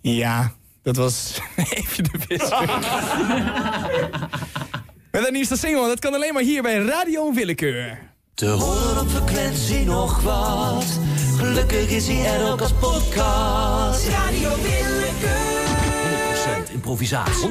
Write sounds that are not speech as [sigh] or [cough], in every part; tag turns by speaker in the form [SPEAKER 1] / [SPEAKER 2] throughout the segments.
[SPEAKER 1] Ja, dat was [laughs] even de
[SPEAKER 2] [laughs]
[SPEAKER 1] wisseling. Met een nieuwste single, dat kan alleen maar hier bij Radio Willekeur.
[SPEAKER 3] Te horen op frequentie nog wat. Gelukkig is hij er ook als podcast. Radio Willekeur. 100% improvisatie.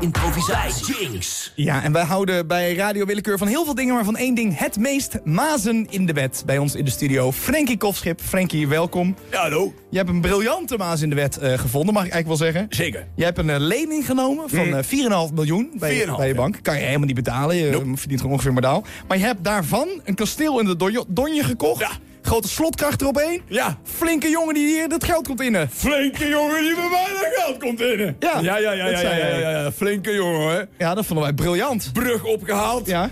[SPEAKER 3] 100% improvisatie. Jinx.
[SPEAKER 1] Ja, en wij houden bij Radio Willekeur van heel veel dingen, maar van één ding het meest. Mazen in de wet. Bij ons in de studio, Frankie Kofschip. Frankie, welkom.
[SPEAKER 2] Ja, hallo.
[SPEAKER 1] Je hebt een briljante maas in de wet eh, gevonden, mag ik eigenlijk wel zeggen.
[SPEAKER 2] Zeker.
[SPEAKER 1] Je hebt een eh, lening genomen van eh, 4,5 miljoen bij,
[SPEAKER 2] 4,5,
[SPEAKER 1] bij je
[SPEAKER 2] Mm. ja.
[SPEAKER 1] bank. Kan je helemaal niet betalen, je eh, verdient gewoon ongeveer maar daal. Maar je hebt daarvan een kasteel in de Donjo- Donje gekocht.
[SPEAKER 2] Ja.
[SPEAKER 1] Grote slotkracht erop heen.
[SPEAKER 2] Ja.
[SPEAKER 1] Flinke jongen die hier dat geld komt innen.
[SPEAKER 2] Flinke jongen die bij mij dat geld komt in.
[SPEAKER 1] Ja,
[SPEAKER 2] ja, ja, ja,
[SPEAKER 1] dat
[SPEAKER 2] ja,
[SPEAKER 1] zei
[SPEAKER 2] ja,
[SPEAKER 1] jij.
[SPEAKER 2] ja, ja. Flinke jongen, hè.
[SPEAKER 1] Ja, dat vonden wij briljant.
[SPEAKER 2] Brug opgehaald.
[SPEAKER 1] Ja.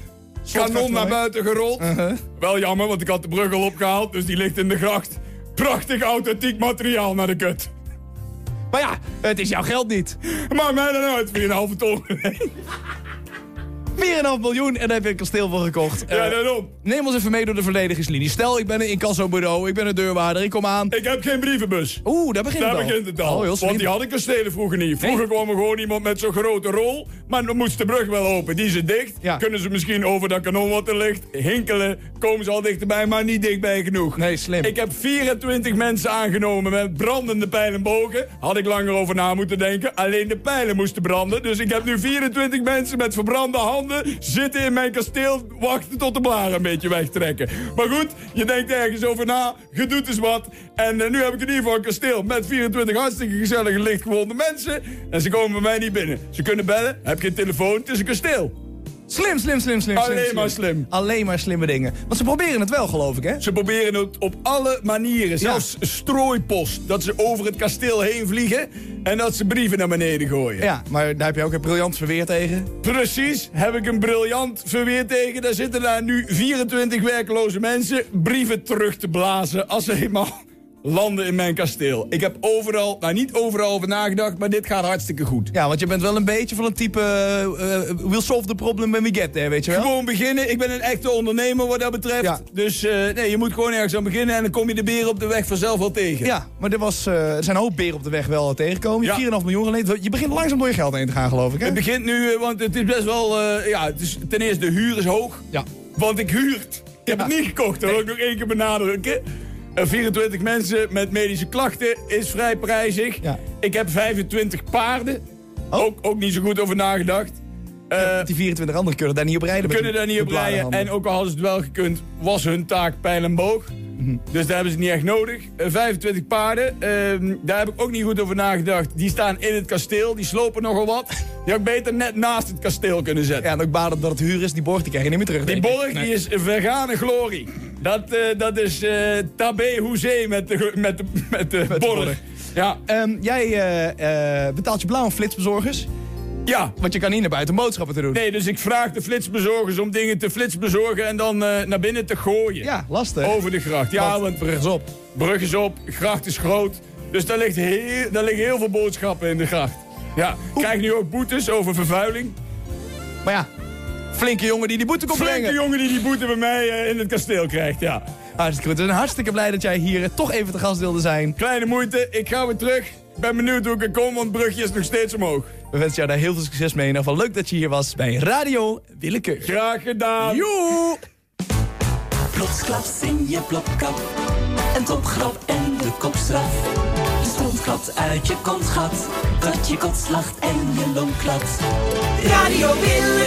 [SPEAKER 2] Kanon naar
[SPEAKER 1] mooi.
[SPEAKER 2] buiten gerold.
[SPEAKER 1] Uh-huh.
[SPEAKER 2] Wel jammer, want ik had de brug al opgehaald, dus die ligt in de gracht. Prachtig authentiek materiaal naar de kut.
[SPEAKER 1] Maar ja, het is jouw geld niet. 4,5
[SPEAKER 2] Maar mij dan uit, 4,5
[SPEAKER 1] [laughs]
[SPEAKER 2] ton.
[SPEAKER 1] miljoen en daar heb je een kasteel voor gekocht.
[SPEAKER 2] ja,
[SPEAKER 1] Eh,
[SPEAKER 2] daarom.
[SPEAKER 1] neem ons even mee door de verdedigingslinie. Stel, ik ben een incassobureau, ik ben een deurwaarder, ik kom aan.
[SPEAKER 2] Ik heb geen brievenbus.
[SPEAKER 1] Oeh, daar begint
[SPEAKER 2] Daar
[SPEAKER 1] het al.
[SPEAKER 2] begint het al.
[SPEAKER 1] Oh, heel slim.
[SPEAKER 2] Want die had ik kastelen vroeger niet. Vroeger kwam er gewoon iemand met zo'n grote rol. Maar dan moest de brug wel open. Die is dicht.
[SPEAKER 1] Ja.
[SPEAKER 2] Kunnen ze misschien over dat kanon wat er ligt hinkelen. Komen ze al dichterbij, maar niet dichtbij genoeg.
[SPEAKER 1] Nee, slim.
[SPEAKER 2] Ik heb 24 mensen aangenomen met brandende pijlenbogen. Had ik langer over na moeten denken. Alleen de pijlen moesten branden. Dus ik heb nu 24 mensen met verbrande handen zitten in mijn kasteel. Wachten tot de blaren een beetje wegtrekken. Maar goed, je denkt ergens over na. Je doet eens wat. En eh, nu heb ik in ieder geval een kasteel met 24 hartstikke gezellige lichtgewonde mensen. En ze komen bij mij niet binnen. Ze kunnen bellen. Heb geen telefoon. Het is een kasteel.
[SPEAKER 1] Slim, slim, slim, slim.
[SPEAKER 2] Alleen maar slim.
[SPEAKER 1] Alleen maar slimme dingen. Want ze proberen het wel, geloof ik, hè?
[SPEAKER 2] Ze proberen het op alle manieren. Zelfs strooipost. Dat ze over het kasteel heen vliegen en dat ze brieven naar beneden gooien.
[SPEAKER 1] Ja, maar daar heb je ook een briljant verweer tegen.
[SPEAKER 2] Precies, heb ik een briljant verweer tegen. Daar zitten daar nu 24 werkloze mensen brieven terug te blazen als ze eenmaal [laughs] landen in mijn kasteel. Ik heb overal, nou niet overal over nagedacht, maar dit gaat hartstikke goed.
[SPEAKER 1] Ja, want je bent wel een beetje van het type... eh, eh, we'll solve the problem when we get there, weet je wel?
[SPEAKER 2] Gewoon beginnen. Ik ben een echte ondernemer wat dat betreft.
[SPEAKER 1] Ja.
[SPEAKER 2] Dus eh, nee, je moet gewoon ergens aan beginnen en dan kom je de beren op de weg vanzelf wel tegen.
[SPEAKER 1] Ja, maar er, was, eh, er zijn een hoop beren op de weg wel tegengekomen. Je
[SPEAKER 2] Ja.
[SPEAKER 1] hebt 4,5 miljoen geleend. Je begint langzaam door je geld heen te gaan, geloof ik, hè?
[SPEAKER 2] Het begint nu, eh, want het is best wel. eh, ja, het is, ten eerste, de huur is hoog.
[SPEAKER 1] Ja.
[SPEAKER 2] Want ik huurt. Ik heb het niet gekocht, dat wil ik nog één keer benadrukken. Eh, 24 mensen met medische klachten is vrij prijzig.
[SPEAKER 1] Ja.
[SPEAKER 2] Ik heb 25 paarden.
[SPEAKER 1] Oh.
[SPEAKER 2] Ook, ook niet zo goed over nagedacht. Eh,
[SPEAKER 1] Die 24 anderen kunnen daar niet op rijden. met
[SPEAKER 2] kunnen
[SPEAKER 1] die-
[SPEAKER 2] daar niet op
[SPEAKER 1] met
[SPEAKER 2] rijden. En
[SPEAKER 1] bladerhanden.
[SPEAKER 2] ook al hadden ze het wel gekund, was hun taak pijl en boog.
[SPEAKER 1] Mhm.
[SPEAKER 2] Dus daar hebben ze het niet echt nodig. Eh, 25 paarden, ehm, daar heb ik ook niet goed over nagedacht. Die staan in het kasteel, die slopen nogal wat.
[SPEAKER 1] [laughs]
[SPEAKER 2] Die had ik beter net naast het kasteel kunnen zetten.
[SPEAKER 1] Ja, en ook baden dat het huur is. Die borg, die krijg je niet meer terug.
[SPEAKER 2] Die
[SPEAKER 1] denk ik.
[SPEAKER 2] borg
[SPEAKER 1] Nee.
[SPEAKER 2] die is vergane glorie. Dat, eh, dat is eh Tabé Hoezee met de, ge- met de, met de borg.
[SPEAKER 1] borg.
[SPEAKER 2] Ja,
[SPEAKER 1] Ehm, jij eh, eh, betaalt je blauw aan flitsbezorgers.
[SPEAKER 2] ja.
[SPEAKER 1] Want je kan niet naar buiten om boodschappen te doen.
[SPEAKER 2] Nee, dus ik vraag de flitsbezorgers om dingen te flitsbezorgen en dan eh, naar binnen te gooien.
[SPEAKER 1] Ja, lastig.
[SPEAKER 2] Over de gracht. Ja, want
[SPEAKER 1] brug is op.
[SPEAKER 2] brug is op, gracht is groot. Dus daar, ligt heel, daar liggen heel veel boodschappen in de gracht. Ja, krijg nu ook boetes over vervuiling.
[SPEAKER 1] Maar ja, flinke jongen die die boete komt
[SPEAKER 2] Flinke
[SPEAKER 1] brengen.
[SPEAKER 2] jongen die die boete bij mij eh, in het kasteel krijgt, ja.
[SPEAKER 1] Hartstikke goed. We zijn hartstikke blij dat jij hier eh, toch even te gast wilde zijn.
[SPEAKER 2] Kleine moeite, ik ga weer terug. Ik ben benieuwd hoe ik er kom, want het brugje is nog steeds omhoog.
[SPEAKER 1] We wensen jou daar heel veel succes mee. En in ieder geval leuk dat je hier was bij Radio Willekeur.
[SPEAKER 2] Graag gedaan.
[SPEAKER 1] Joe!
[SPEAKER 3] Plotsklaps in je plopkap. Een topgrap en de kopstraf. Je stront klapt uit je kontgat. Dat je kot slacht en je long klapt. Radio Willekeur.